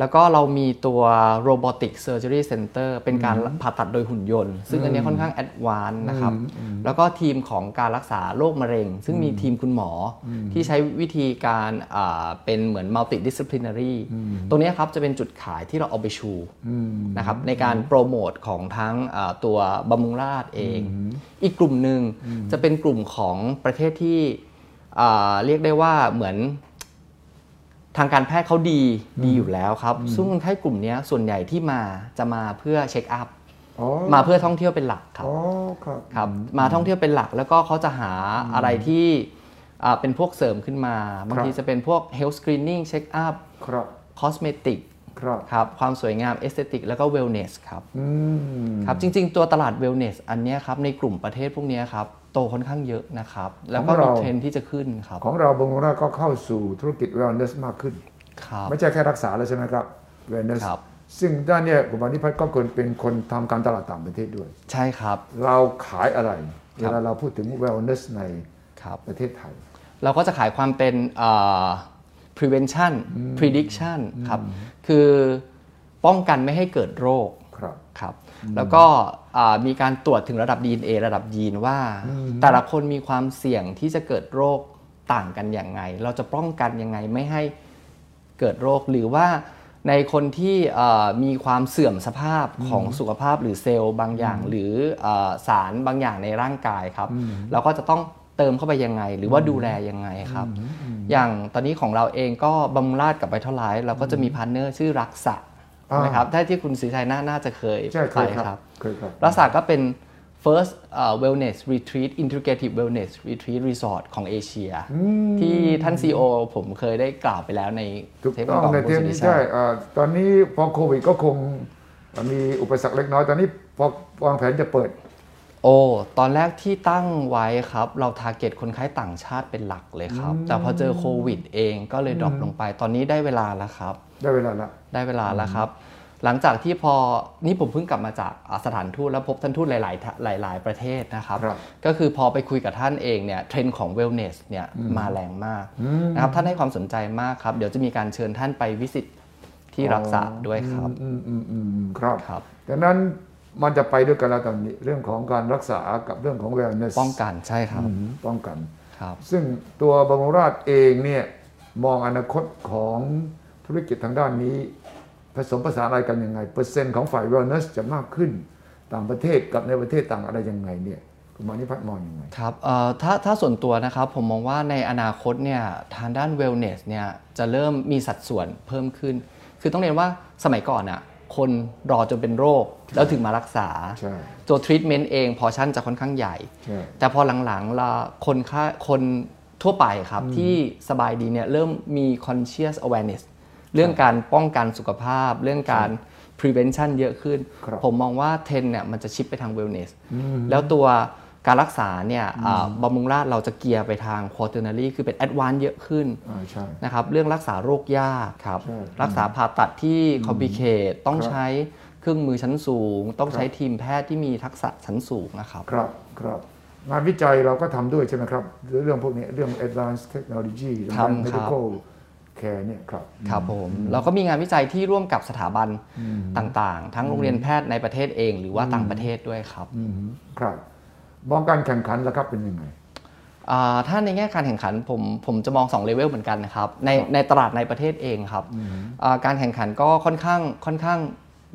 Speaker 2: แล้วก็เรามีตัว robotic surgery center เป็นการผ่าตัดโดยหุ่นยนต์ ซึ่งอันเนี้ยค่อนข้างแอดวานซ์นะครับ แล้วก็ทีมของการรักษาโรคมะเร็ง ซึ่งมีทีมคุณหมออที่ใช้วิธีการอ่าเป็นเหมือน multi disciplinary ตรงเนี้ยครับจะเป็นจุดขายที่เราเอาไปชูนะครับในการโปรโมทของทั้งอ่าตัวบำรุงราษฎร์เอง อีกกลุ่มหนึ่งจะเป็นกลุ่มของประเทศที่อ่าเรียกได้ว่าเหมือน ทางการแพทย์เขาดีดีอยู่แล้วครับ ซึ่งคนไข้กลุ่มเนี้ยส่วนใหญ่ที่มาจะมาเพื่อเช็คอัพ
Speaker 1: อ๋อ
Speaker 2: มาเพื่อท่องเที่ยวเป็นหลักครับ
Speaker 1: อ๋อครับ
Speaker 2: ครับ มาท่องเที่ยวเป็นหลักแล้วก็เขาจะหาอะไรที่อ่าเป็นพวกเสริมขึ้นมา บาง
Speaker 1: ครับ
Speaker 2: ทีจะเป็นพวก health screening เช็คอัพ
Speaker 1: ครับ
Speaker 2: cosmetic
Speaker 1: ครับ
Speaker 2: ครับความสวยงาม aesthetic แล้วก็ wellness ครับ
Speaker 1: อืม
Speaker 2: ครับจริงๆ ตัวตลาดเวลเนสอันเนี้ยครับในกลุ่มประเทศพวกเนี้ยครับโตค่อนข้างเยอะนะครับ แล้ว
Speaker 1: ข
Speaker 2: ก็
Speaker 1: องเรา
Speaker 2: เทรนด์ที่จะขึ้นครับ
Speaker 1: ของเราบางคนก็เข้าสู่ธุรกิจ wellness มากขึ้น
Speaker 2: ครับ
Speaker 1: ไม่ใช่แค่รักษาแล้วใช่ไหมครับ wellness
Speaker 2: ครับ
Speaker 1: ซึ่งด้านเนี้ยคุณบานิพัฒน์ก็ควรเป็นคนทำการตลาดต่างประเทศด้วย
Speaker 2: ใช่ครับ
Speaker 1: เราขายอะไรเวลาเราพูดถึง wellness ใน
Speaker 2: ครับ
Speaker 1: ประเทศไทย
Speaker 2: เราก็จะขายความเป็นเอ่อ prevention prediction ครับ คือป้องกันไม่ให้เกิดโรค
Speaker 1: ครับ
Speaker 2: ครับ แล้วก็อ่ามีการตรวจถึงระดับ DNA ระดับยีนว่า แต่ละคนมีความเสี่ยงที่จะเกิดโรคต่างกันอย่างไง เราจะป้องกันยังไงไม่ให้เกิดโรคหรือว่าในคนที่เอ่อมีความเสื่อมสภาพของสุขภาพหรือเซลล์บางอย่าง หรือเอ่อสารบางอย่างในร่างกายครับ เราก็จะต้องเติมเข้าไปยังไง หรือว่าดูแลยังไงครับ อย่างตอนนี้ของเราเองก็บำราดกับไบทอลไลท์เราก็จะมีพาร์ทเนอร์ชื่อรักษะ
Speaker 1: อ่าน
Speaker 2: นะครับถ้าที่คุณศรีชัยน่าน่าจะเคย
Speaker 1: ใช่เค
Speaker 2: ไป
Speaker 1: ยค
Speaker 2: ค
Speaker 1: รั
Speaker 2: รับ บ
Speaker 1: เคยครับ
Speaker 2: รักษาก็เป็น first เอ่อ wellness retreat integrative wellness retreat resort ของเอเชีย ที่ท่าน CEO ผมเคยได้กล่าวไปแล้วใน
Speaker 1: ถูก
Speaker 2: เทป
Speaker 1: ต้อง
Speaker 2: ก่อน
Speaker 1: ใน
Speaker 2: ๆ
Speaker 1: เทป
Speaker 2: คุณสุริ
Speaker 1: นี้
Speaker 2: ชั
Speaker 1: ใช่
Speaker 2: ย
Speaker 1: เอ่อตอนนี้พอโควิดก็คงมีอุปสรรคเล็กน้อย ตอนนี้พอวางแผนจะเปิด
Speaker 2: โอ้ ตอนแรกที่ตั้งไว้ครับ เราทาร์เก็ตคนไข้ต่างชาติเป็นหลักเลยครับ แต่พอเจอโควิดเองก็เลยดรอปลงไป ตอนนี้ได้เวลาแล้วครับ
Speaker 1: ได้เวลาละ
Speaker 2: ได้เวลาแล้วครับ หลังจากที่พอ นี่ผมเพิ่งกลับมาจากอ่าสถานทูตแล้วพบท่านทูตหลาย ๆ ท่าหลาย ๆ ประเทศนะครับ
Speaker 1: ครับ
Speaker 2: ก็คือพอไปคุยกับท่านเองเนี่ยเทรนด์ของเวลเนสเนี่ยมาแรงมากนะครับ ท่านให้ความสนใจมากครับ เดี๋ยวจะมีการเชิญท่านไปวิสิตที่
Speaker 1: อ๋อ
Speaker 2: รักษาด้วยครับ
Speaker 1: อืมอืมอืมอืมครับ
Speaker 2: ครับ
Speaker 1: ดังนั้นมันจะไปด้วยกันแล้วตอนนี้เรื่องของการรักษากับเรื่องของ wellness
Speaker 2: ป้องกันใช่ครับ
Speaker 1: อืมป้องกัน
Speaker 2: ครับ
Speaker 1: ซึ่งตัวบำรุงราชเองเนี่ยมองอนาคตของธุรกิจทางด้านนี้ ผสมผสานอะไรกันยังไง เปอร์เซ็นต์ของฝ่าย wellness จะมากขึ้น ต่างประเทศกับในประเทศต่างอะไรยังไงเนี่ยคุณมานิพัฒน์มองยังไง
Speaker 2: ครับเอ่อถ้าถ้าส่วนตัวนะครับผมมองว่าในอนาคตเนี่ยทางด้านเวลเนสเนี่ยจะเริ่มมีสัดส่วนเพิ่มขึ้น คือต้องเรียนว่าสมัยก่อนอ่ะคนรอจนเป็นโรค แล้วถึงมารักษา
Speaker 1: ใช่
Speaker 2: ตัวทรีทเมนต์เองพอชั่นจะค่อนข้างใหญ่
Speaker 1: ใช่
Speaker 2: แต่พอหลังๆละคนค่าคนทั่วไปครับ ที่สบายดีเนี่ยเริ่มมี conscious awareness เรื่องการป้องกันสุขภาพ เรื่องการ prevention เยอะขึ้น
Speaker 1: ครับ
Speaker 2: ผมมองว่าเทรนด์เนี่ยมันจะชิปไปทาง wellness แล้วตัวการรักษาเนี่ยอ่าบำรุงราษฎร์เราจะเกียร์ไปทาง quaternary คือเป็น advanced เยอะขึ้น
Speaker 1: อ่าใช่
Speaker 2: นะครับเรื่องรักษาโรคยากครับ
Speaker 1: ใช่
Speaker 2: รักษาผ่าตัดที่คอมพิเคตต้อง
Speaker 1: ครับ
Speaker 2: ใช้เครื่องมือชั้นสูง ต้อง
Speaker 1: ครับ
Speaker 2: ใช้ทีมแพทย์ที่มีทักษะชั้นสูงนะครับ
Speaker 1: ครับครับงานวิจัยเราก็ทำด้วยใช่ไหมครับ เรื่องพวกนี้เรื่อง advanced technology เรื่อง
Speaker 2: ทำครับ
Speaker 1: medical care เนี่ยครับ
Speaker 2: ครับผมเราก็มีงานวิจัยที่ร่วมกับสถาบันต่างๆ ทั้งโรงเรียนแพทย์ในประเทศเอง หรือว่าต่างประเทศด้วยครับ
Speaker 1: อืมครับ มองการแข่งขันแล้วครับเป็นยังไง
Speaker 2: อ่าถ้าในแง่การแข่งขันผมผมจะมอง2เลเวลเหมือนกันนะครับในในตลาดในประเทศเองครับอ่าการแข่งขันก็ค่อนข้างค่อนข้าง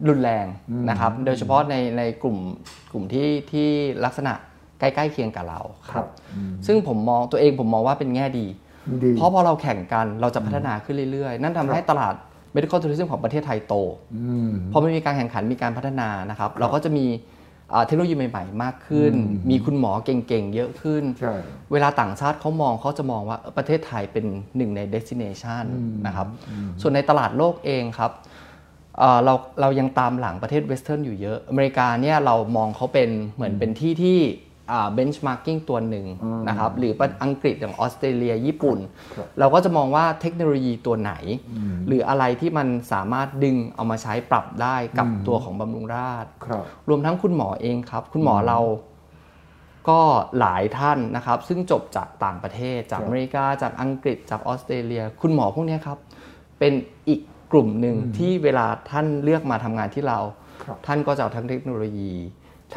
Speaker 2: รุนแรงนะครับโดยเฉพาะในในกลุ่มกลุ่มที่ที่ลักษณะใกล้ๆเคียงกับเราค
Speaker 1: ครั
Speaker 2: รับ บ ซึ่งผมมองตัวเองผมมองว่าเป็นแง่ดี
Speaker 1: ดี
Speaker 2: เพราะพอเราแข่งกันเราจะพัฒนาขึ้นเรื่อยๆ นั่นทำให้ตลาด medical tourism ของประเทศไทยโต
Speaker 1: อืม
Speaker 2: พอมันมีการแข่งขันมีการพัฒนานะครับ เราก็จะมีอ่าเทคโนโลยีใหม่ๆ มากขึ้น มีคุณหมอเก่งๆ เยอะขึ้น
Speaker 1: ใช่
Speaker 2: เวลาต่างชาติเขามองเขาจะมองว่าเออประเทศไทยเป็นหนึ่งใน destination นะครับ ส่วนในตลาดโลกเองครับเอ่อเราเรายังตามหลังประเทศเวสเทิร์นอยู่เยอะ อเมริกาเนี่ยเรามองเขาเป็นเหมือนเป็นที่ที่เบนช์มาร์กิ้งตัวหนึ่งนะครับ หรือประอังกฤษอย่างออสเตรเลียญี่ปุ่น
Speaker 1: ครับ
Speaker 2: เราก็จะมองว่าเทคโนโลยีตัวไหน หรืออะไรที่มันสามารถดึงเอามาใช้ปรับได้กับตัวของบำรุงราษฎร์
Speaker 1: ครับ
Speaker 2: รวมทั้งคุณหมอเองครับ คุณหมอเราก็หลายท่านนะครับ ซึ่งจบจากต่างประเทศ จาก
Speaker 1: ครับ
Speaker 2: อเมริกา จากอังกฤษจากออสเตรเลีย คุณหมอพวกเนี้ยครับ เป็นอีก กลุ่มหนึ่งที่เวลาท่านเลือกมาทำงานที่เรา
Speaker 1: ครับ
Speaker 2: ท่านก็จะเอาทั้งเทคโนโลยี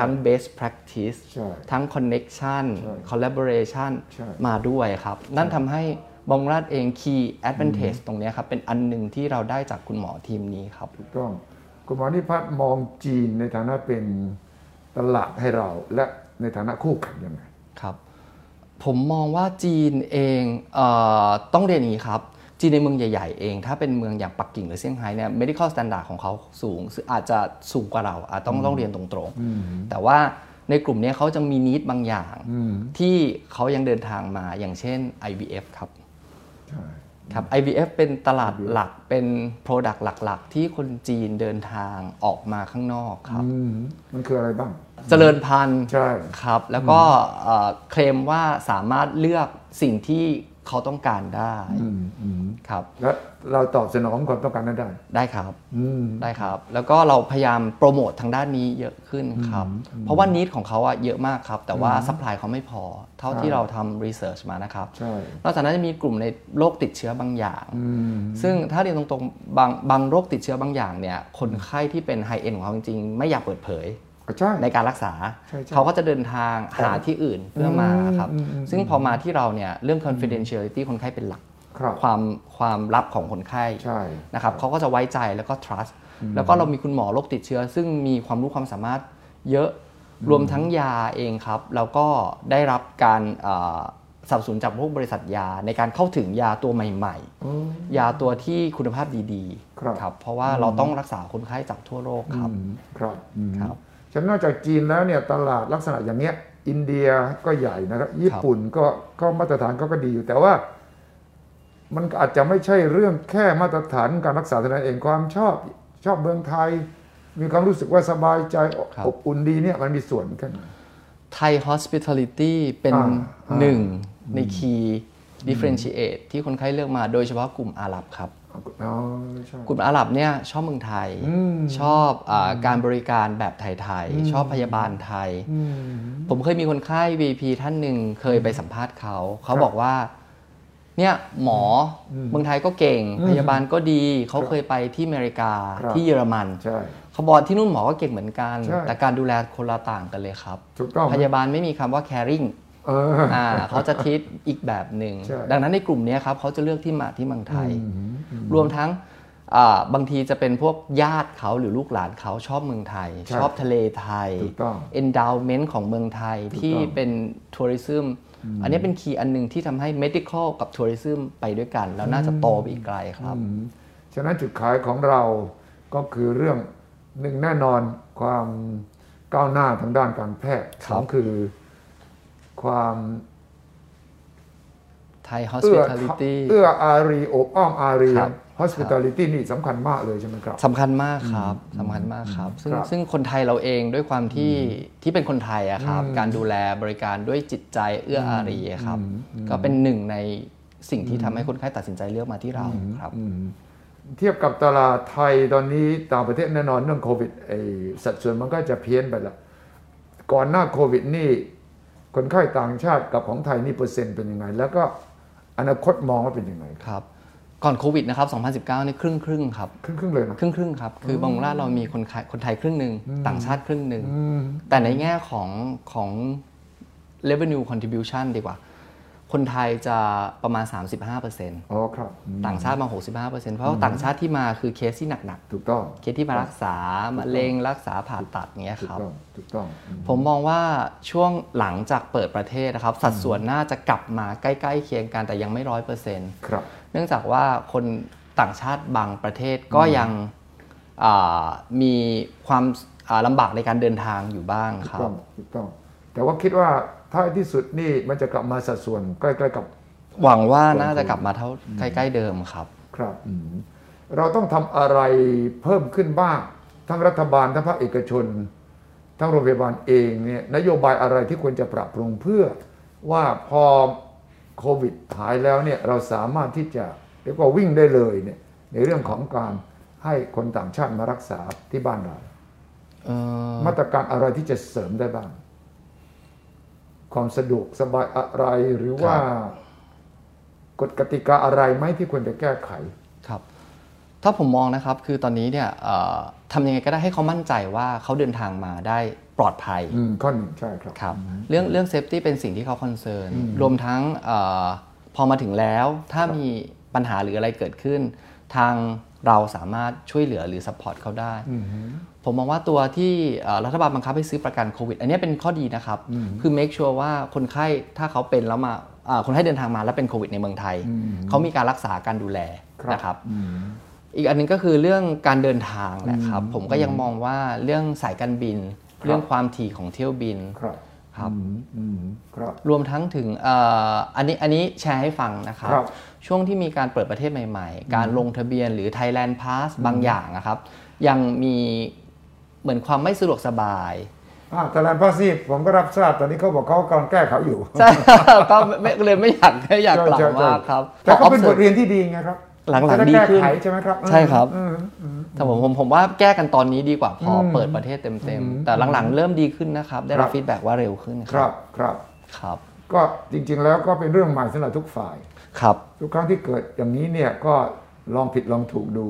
Speaker 2: ทั้ง best practice
Speaker 1: ใช่
Speaker 2: ทั้ง connection
Speaker 1: ใช่
Speaker 2: collaboration
Speaker 1: ใช่
Speaker 2: มาด้วยครับ นั่นทำให้บองราชเอง key advantage ตรงเนี้ยครับ เป็นอันหนึ่งที่เราได้จากคุณหมอทีมนี้ครับ
Speaker 1: ถูกต้องคุณหมอนิพัฒน์มองจีนในฐานะเป็นตลาดให้เราและในฐานะคู่แข่งยังไง
Speaker 2: ครับผมมองว่าจีนเองเออต้องเรียนอย่างนี้ครับ จีนในเมืองใหญ่ ๆ เอง ถ้าเป็นเมืองอย่างปักกิ่งหรือเซี่ยงไฮ้เนี่ย medical standard ของเขาสูงซึ่งอาจจะสูงกว่าเราอาจต้องต้องเรียนตรงๆ แต่ว่าในกลุ่มเนี้ยเขาจะมีนิดบางอย่างที่เขายังเดินทางมาอย่างเช่น IVF ครับ
Speaker 1: ใช่
Speaker 2: ครับ IVF เป็นตลาดหลักเป็น Product หลัก ๆ ที่คนจีนเดินทางออกมาข้างนอกครับ
Speaker 1: อืมมันคืออะไรบ้าง
Speaker 2: เจริญพันธุ์
Speaker 1: ใช่
Speaker 2: ครับ แล้วก็เอ่อเคลมว่าสามารถเลือกสิ่งที่เขาต้องการได้
Speaker 1: อืมอืม
Speaker 2: ครับ
Speaker 1: และเราตอบสนองความต้องการนั้นได้
Speaker 2: ได้ครับ
Speaker 1: อืม
Speaker 2: ได้ครับ แล้วก็เราพยายามโปรโมททางด้านนี้เยอะขึ้นครับ เพราะว่านิดของเขาอะเยอะมากครับ แต่ว่าซัพพลายเขาไม่พอ เท่าที่เราทำรีเสิร์ชมานะครับ
Speaker 1: ใช่
Speaker 2: นอกจากนั้นจะมีกลุ่มในโรคติดเชื้อบางอย่าง
Speaker 1: อืม
Speaker 2: ซึ่งถ้าเรียนตรงๆ บางบางโรคติดเชื้อบางอย่างเนี่ย คนไข้ที่เป็นไฮเอ็นของเขาจริงๆ ไม่อยากเปิดเผย
Speaker 1: ก็ใช่
Speaker 2: ในการรักษา
Speaker 1: ใช่ใช่
Speaker 2: เขาก็จะเดินทางหาที่อื่นเพื่อมาครับ
Speaker 1: อืมอืม
Speaker 2: ซึ่งพอมาที่เราเนี่ย เรื่อง confidentiality คนไข้เป็นหลัก
Speaker 1: ครับ
Speaker 2: ความความลับของคนไข้
Speaker 1: ใช่
Speaker 2: นะครับเขาก็จะไว้ใจแล้วก็ trust แล้วก็เรามีคุณหมอโรคติดเชื้อ ซึ่งมีความรู้ความสามารถเยอะรวมทั้งยาเองครับ แล้วก็ได้รับการเอ่อสนับสนุนจากพวกบริษัทยาในการเข้าถึงยาตัวใหม่ ๆ ยาตัวที่คุณภาพดี
Speaker 1: ครับ
Speaker 2: ๆครับเพราะว่าเราต้องรักษาคนไข้จากทั่วโลกครับ
Speaker 1: อืมครับอืม
Speaker 2: ครับ
Speaker 1: ฉะนั้นนอกจากจีนแล้วเนี่ยตลาดลักษณะอย่างเนี้ย อินเดียก็ใหญ่นะครับ ญี่ปุ่นก็ก็มาตรฐานเขาก็ดีอยู่ แต่ว่า มันอาจจะไม่ใช่เรื่องแค่มาตรฐานการรักษาเท่านั้นเองความชอบชอบเมืองไทย มีความรู้สึกว่าสบายใจอบ
Speaker 2: ครับ
Speaker 1: อบอุ่นดีเนี่ยมันมีส่วนกัน
Speaker 2: ไทย hospitality เป็น
Speaker 1: อ่าอ่า
Speaker 2: หนึ่งใน key differentiate ที่คนไข้เลือกมาโดยเฉพาะกลุ่มอาหรับครับ
Speaker 1: อ๋อใช่
Speaker 2: กลุ่มอาหรับเนี่ยชอบเมืองไทย
Speaker 1: อืม
Speaker 2: ชอบอาการบริการแบบไทยๆ ชอบพยาบาลไทย
Speaker 1: อืม
Speaker 2: ผมเคยมีคนไข้ VP ท่านหนึ่งเคยไปสัมภาษณ์เขา เขาบอกว่า เนี่ยหมออเมืองไทยก็เก่ง พยาบาลก็ดี เขาเคยไปที่อเมริกา
Speaker 1: ครับ
Speaker 2: ที่เยอรมัน
Speaker 1: ใช่
Speaker 2: เขาบอกที่นู่นหมอก็เก่งเหมือนกัน
Speaker 1: ใช่
Speaker 2: แต่การดูแลคนละต่างกันเลยครับ
Speaker 1: ถูกต้องไหม
Speaker 2: พยาบาลไม่มีคำว่า caring
Speaker 1: เออ
Speaker 2: อ่าเขาจะทิศอีกแบบหนึ่ง
Speaker 1: ใช่
Speaker 2: ดังนั้นในกลุ่มเนี้ยครับเขาจะเลือกที่มาที่เมืองไทย
Speaker 1: อืม
Speaker 2: รวมทั้งอ่าบางทีจะเป็นพวกญาติเขาหรือลูกหลานเขาชอบเมืองไทย ชอบทะเลไทย
Speaker 1: ถูกต้อง
Speaker 2: endowment ของเมืองไทยที่เป็นทัวริซึมอันนี้เป็นคีย์อันหนึ่งที่ทำให้ medical กับทัวริซึมไปด้วยกัน แล้วน่าจะโตไปอีกไกลครับ
Speaker 1: อืมฉะนั้นจุดขายของเราก็คือเรื่องหนึ่งแน่นอนความก้าวหน้าทางด้านการแพทย์
Speaker 2: ค
Speaker 1: ส
Speaker 2: รับ
Speaker 1: องคือความ
Speaker 2: ไทย
Speaker 1: เอื้อ
Speaker 2: hospitality
Speaker 1: เอื้ออารีอบอ้อมอารี
Speaker 2: ครับ
Speaker 1: hospitality นี่สำคัญมากเลยใช่ไหมครับ
Speaker 2: สำคัญมากครับสำคัญมากครับ ซึ่ง
Speaker 1: ครับ
Speaker 2: ซึ่งคนไทยเราเองด้วยความที่ที่เป็นคนไทยอะครับ การดูแลบริการด้วยจิตใจเอื้ออารีอะครับ ก็เป็นหนึ่งในสิ่งที่ทำให้คนไข้ตัดสินใจเลือกมาที่เราครับ
Speaker 1: อืมเทียบกับตลาดไทยตอนนี้ต่างประเทศแน่นอนเรื่องโควิดไอสัดส่วนมันก็จะเพี้ยนไปละก่อนหน้าโควิดนี่ คนไข้ต่างชาติกับของไทยนี่เปอร์เซ็นต์เป็นยังไง แล้วก็อนาคตมองว่าเป็นยังไง
Speaker 2: ครับ ก่อนโควิดนะครับ 2019นี่ครึ่งครึ่งๆครับ
Speaker 1: ครึ่งๆเลยนะ
Speaker 2: ครึ่งครึ่งๆครับ คือบางราชเรามีคนไทยคนไทยครึ่งหนึ่งต่างชาติครึ่งหนึ่ง แต่ในแง่ของของ revenue contribution ดีกว่า คนไทยจะประมาณ 35%
Speaker 1: อ๋อครับอืม
Speaker 2: ต่างชาติมา 65%เพราะว่าต่างชาติที่มาคือเคสที่หนัก
Speaker 1: ถูกต้อง
Speaker 2: ๆ เคสที่มารักษามะเร็งรักษาผ่าตัดเงี้ย
Speaker 1: ถู
Speaker 2: ค
Speaker 1: ก
Speaker 2: รับ
Speaker 1: ต้อง ถูกต้องอืม
Speaker 2: ผมมองว่าช่วงหลังจากเปิดประเทศนะครับ สัดส่วนน่าจะกลับมาใกล้ๆเคียงกันแต่ยังไม่ร้อยเปอร์เซ็นต์
Speaker 1: ครับ
Speaker 2: เนื่องจากว่าคนต่างชาติบางประเทศก็ยังอ่ามีความอ่าลำบากในการเดินทางอยู่บ้าง
Speaker 1: ถู
Speaker 2: ค
Speaker 1: ก
Speaker 2: รั
Speaker 1: ต้อบ ง ถูกต้อง แต่ว่าคิดว่าท้ายที่สุดนี่มันจะกลับมาสัดส่วนใกล้ๆกับ
Speaker 2: หวังว่าน่าจะกลับมาเท่าใกล้ๆเดิมครับ
Speaker 1: ครับอืมเราต้องทำอะไรเพิ่มขึ้นบ้าง ทั้งรัฐบาล ทั้งภาคเอกชน ทั้งโรงพยาบาลเองเนี่ยนโยบายอะไรที่ควรจะปรับปรุงเพื่อว่าพอโควิดหายแล้วเนี่ยเราสามารถที่จะเรียกว่าวิ่งได้เลยเนี่ยในเรื่องของการให้คนต่างชาติมารักษาที่บ้านเรา
Speaker 2: เออ
Speaker 1: มาตรการอะไรที่จะเสริมได้บ้าง ความสะดวกสบายอะไรหรือว่า กฎกติกาอะไรไหมที่ควรจะแก้ไข
Speaker 2: ครับ ถ้าผมมองนะครับคือตอนนี้เนี่ยเอ่อทำยังไงก็ได้ให้เขามั่นใจว่าเขาเดินทางมาได้ปลอดภัย
Speaker 1: อืมข้อหนึ่งใช่ครับ
Speaker 2: ครับเรื่องเรื่องเซฟตี้เป็นสิ่งที่เขาคอนเซิร์นรวมทั้งเออพอมาถึงแล้วถ้ามีปัญหาหรืออะไรเกิดขึ้น ทางเราสามารถช่วยเหลือหรือซัพพอร์ตเขาได้ ผมมองว่าตัวที่เอ่อรัฐบาลบังคับให้ซื้อประกันโควิด อันนี้เป็นข้อดีนะครับ คือ make sure ว่าคนไข้ถ้าเขาเป็นแล้วมาอ่าคนไข้เดินทางมาแล้วเป็นโควิดในเมืองไทย เขามีการรักษาการดูแล
Speaker 1: ครับ
Speaker 2: นะครับ
Speaker 1: อืม
Speaker 2: อีกอันหนึงก็คือเรื่องการเดินทางแหละครับ ผมก็ยังมองว่าเรื่องสายการบิน เรื่องความถี่ของเที่ยวบิน
Speaker 1: ครับ
Speaker 2: ครับ
Speaker 1: อืมอืมครับ
Speaker 2: รวมทั้งถึงเอ่ออันนี้อันนี้แชร์ให้ฟังนะครับ
Speaker 1: ครับ
Speaker 2: ช่วงที่มีการเปิดประเทศใหม่ๆ การลงทะเบียนหรือ Thailand Pass บางอย่างนะครับ ยังมีเหมือนความไม่สะดวกสบาย
Speaker 1: อ่าตลาดภาษีผมก็รับทราบตอนนี้เขาบอกเขากำลังแก้เขาอยู่
Speaker 2: ใช่ ก็ไม่เลยไม่อยากไม่อยากกล่าว
Speaker 1: ใช่ใช่
Speaker 2: มากครับ
Speaker 1: แต่เขาเป็นบ
Speaker 2: พ
Speaker 1: ท
Speaker 2: ราะ
Speaker 1: เรียนที่ดีไงครับ
Speaker 2: หลังๆ
Speaker 1: จะไ
Speaker 2: ดีขึ้น
Speaker 1: แก้ไขใช่ไหมครับ
Speaker 2: ใช่ครับ
Speaker 1: อืมอืม
Speaker 2: แต่ผมผมผมว่าแก้กันตอนนี้ดีกว่าพออ
Speaker 1: ม
Speaker 2: เปิดประเทศเต็มๆ แต่หลังๆ เริ่มดีขึ้นนะครับ ได้รั
Speaker 1: ค
Speaker 2: บ
Speaker 1: รับ
Speaker 2: ฟีดแบ็ว่าเร็วขึ้น
Speaker 1: ค
Speaker 2: ค
Speaker 1: รั
Speaker 2: รับบ
Speaker 1: ครับ
Speaker 2: ครับ
Speaker 1: ก็จริง ๆ แล้วก็เป็นเรื่องใหม่สำหรับทุกฝ่าย
Speaker 2: ครับ
Speaker 1: ทุกครั้งที่เกิดอย่างนี้เนี่ยก็ลองผิดลองถูกดู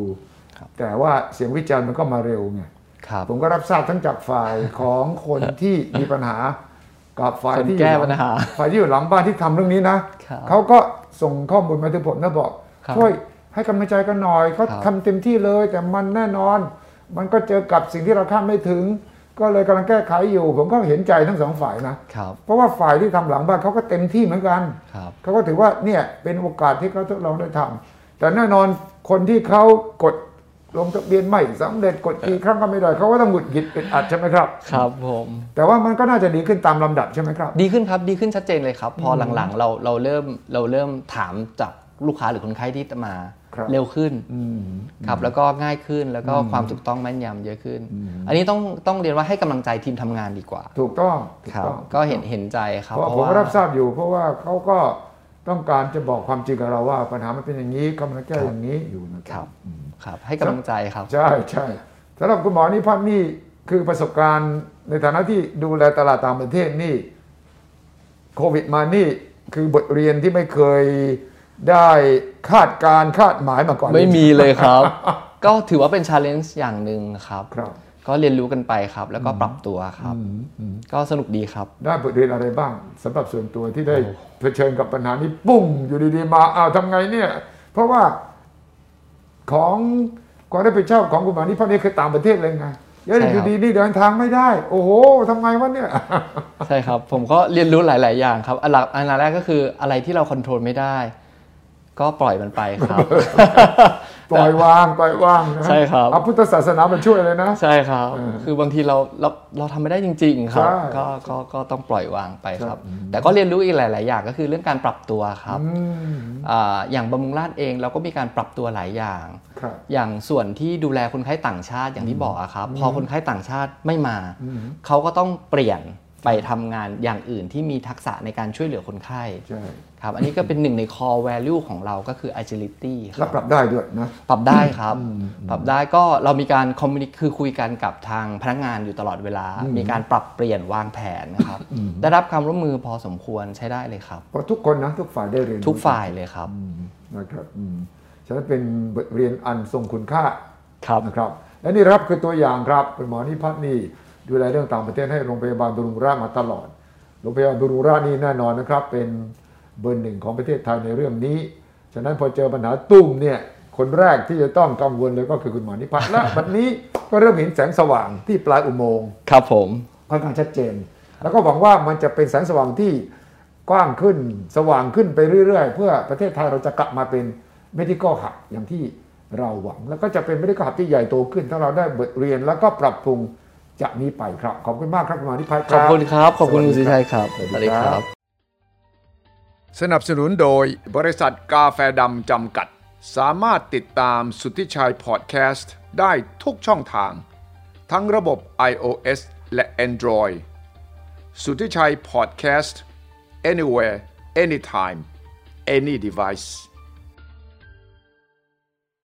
Speaker 2: ครับ
Speaker 1: แต่ว่าเสียงวิจารณ์มันก็มาเร็วไง
Speaker 2: ครับ
Speaker 1: ผมก็รับทราบทั้งจากฝ่ายของคนที่มีปัญหากับฝ่าย
Speaker 2: คน
Speaker 1: ที่อยู่
Speaker 2: แก้
Speaker 1: หลัง
Speaker 2: ปัญหา
Speaker 1: ฝ่ายที่อยู่หลังบ้านที่ทำเรื่องนี้นะครับ เขาก็ส่งข้อมูลมาถึงผมแล้วบอก
Speaker 2: ครับ
Speaker 1: ช่วยให้กำลังใจกันหน่อยเขา
Speaker 2: ครับ
Speaker 1: ทำเต็มที่เลย แต่มันแน่นอน มันก็เจอกับสิ่งที่เราคาดไม่ถึง ก็เลยกำลังแก้ไขอยู่ ผมก็เห็นใจทั้งสองฝ่ายนะ
Speaker 2: ครับ
Speaker 1: เพราะว่าฝ่ายที่ทำหลังบ้านเขาก็เต็มที่เหมือนกัน
Speaker 2: ครับ
Speaker 1: เขาก็ถือว่าเนี่ยเป็นโอกาสที่เขาทดลองได้ทำแต่แน่นอนคนที่เขากดลงทะเบียนไม่สำเร็จกดกี่ครั้งก็ไม่ได้เขาก็ต้องหงุดหงิดเป็นอัดใช่ไหมครับ
Speaker 2: ครับผม
Speaker 1: แต่ว่ามันก็น่าจะดีขึ้นตามลำดับใช่ไหมครับ
Speaker 2: ดีขึ้นครับ ดีขึ้นชัดเจนเลยครับ พอหลังๆเราเราเริ่มเราเริ่มถามจากลูกค้าหรือคนไข้ที่มา
Speaker 1: ครับ
Speaker 2: เร็วขึ้น
Speaker 1: อืม
Speaker 2: ครับ แล้วก็ง่ายขึ้นแล้วก็ความถูกต้องแม่นยำเยอะขึ้น อันนี้ต้องต้องเรียนว่าให้กำลังใจทีมทำงานดีกว่า
Speaker 1: ถูกต้องถูก
Speaker 2: ครับ
Speaker 1: ต้อง
Speaker 2: ก็เห็นเห็นใจครับ
Speaker 1: เพราะผมก็รับทราบอยู่ เพราะว่าเขาก็ต้องการจะบอกความจริงกับเราว่า ปัญหามันเป็นอย่างนี้กำลังแก้อย่างนี้อยู่นะค
Speaker 2: ค
Speaker 1: รั
Speaker 2: รับ บครับ ให้กำลังใจครับ
Speaker 1: ใช่ใช่สำหรับคุณหมอนิพัฒน์นี่คือประสบการณ์ในฐานะที่ดูแลตลาดต่างประเทศนี่โควิดมานี่คือบทเรียนที่ไม่เคยได้คาดการณ์คาดหมายมาก่อน
Speaker 2: ไม่มีเลยครับ ก็ถือว่าเป็นชาเลนจ์อย่างหนึ่งครับ
Speaker 1: ครับ
Speaker 2: ก็เรียนรู้กันไปครับ แล้วก็ปรับตัวครับ ก็สนุกดีครับ
Speaker 1: ได้บทเรียนอะไรบ้างสำหรับส่วนตัวที่ได้เผชิญกับปัญหานี้ปุ้งอยู่ดีๆมาอ้าวทำไงเนี่ย เพราะว่าของความรับผิดชอบของคุณหมอนิพัฒน์นี่คือต่างประเทศเลยไงเดี๋ยว
Speaker 2: ใช่ครับ
Speaker 1: อยู่ดีๆนี่เดินทางไม่ได้ โอ้โหทำไงวะเนี่ย
Speaker 2: ใช่ครับ ผมก็เรียนรู้หลาย ๆ อย่างครับอันหลักอันดับแรกก็คืออะไรที่เราคอนโทรลไม่ได้ ก็ปล่อยมันไปครับ
Speaker 1: ปล่อยวาง ปล่อยวางนะ
Speaker 2: ใช่ครับ
Speaker 1: เอาพุทธศาสนามันช่วยเลยนะ
Speaker 2: ใช่ครับ คือบางทีเราเราเราทำไม่ได้จริง ๆ ครับ
Speaker 1: ใช่
Speaker 2: ก็ก็ก็ต้องปล่อยวางไปครับ แต่ก็เรียนรู้อีกหลาย ๆ อย่างก็คือเรื่องการปรับตัวครับอ่าอย่างบำรุงราชเองเราก็มีการปรับตัวหลายอย่าง
Speaker 1: ครับ
Speaker 2: อย่างส่วนที่ดูแลคนไข้ต่างชาติอย่างที่บอกอะครับพอคนไข้ต่างชาติไม่มา เขาก็ต้องเปลี่ยนไปทำงานอย่างอื่นที่มีทักษะในการช่วยเหลือคนไข้
Speaker 1: ใช่
Speaker 2: ครับ อันนี้ก็เป็นหนึ่งใน core value ของเราก็คือ agility ค
Speaker 1: รั
Speaker 2: รั
Speaker 1: บบ ปรับได้ด้วยนะ
Speaker 2: ปรับได้ครับ ปรับได้ก็เรามีการ communicate คือคุยกันกับทางพนักงานอยู่ตลอดเวลา มีการปรับเปลี่ยนวางแผนนะครับ ได้รับความร่วมมือพอสมควรใช้ได้เลยครับ
Speaker 1: เพราะทุกคนนะ ทุกฝ่ายได้เรียนรู้
Speaker 2: ทุกฝ่ายเลยครับ
Speaker 1: อืมนะครับอืมฉะนั้นเป็นบทเรียนอันทรงคุณค่า
Speaker 2: ครับ
Speaker 1: นะครับ และนี่ครับคือตัวอย่างครับคุณหมอนิพัฒน์นี่ดูแลเรื่องต่างประเทศให้โรงพยาบาลบำรุงราษฎร์มาตลอด โรงพยาบาลบำรุงราษฎร์นี่แน่นอนนะครับ เป็นเบอร์หนึ่งของประเทศไทยในเรื่องนี้ ฉะนั้นพอเจอปัญหาตุ้มเนี่ยคนแรกที่จะต้องกังวลเลยก็คือคุณหมอนิพัฒน์และบัดนี้ก็เริ่มเห็นแสงสว่างที่ปลายอุโมงค์
Speaker 2: ครับผม
Speaker 1: ค่อนข้างชัดเจน แล้วก็หวังว่ามันจะเป็นแสงสว่างที่กว้างขึ้นสว่างขึ้นไปเรื่อย ๆ เพื่อประเทศไทยเราจะกลับมาเป็น medical hub อย่างที่เราหวัง แล้วก็จะเป็น medical hub ที่ใหญ่โตขึ้น ถ้าเราได้บทเรียนแล้วก็ปรับปรุงจากนี้ไปครับ ขอบคุณมากครับคุณหมานิพัยค
Speaker 2: ข
Speaker 1: รั
Speaker 2: อบคุณครับ ขอบคุณ
Speaker 1: ส
Speaker 2: คุ
Speaker 1: วั
Speaker 2: ณ
Speaker 1: ส
Speaker 2: สุ
Speaker 1: ดี
Speaker 2: ชัยครับ
Speaker 1: สวัสดีครับ
Speaker 3: สนับสนุนโดยบริษัทกาแฟดำจำกัด สามารถติดตามสุทธิชัยพอดแคสต์ได้ทุกช่องทาง ทั้งระบบ iOS และ Android สุทธิชัยพอดแคสต์ anywhere anytime any device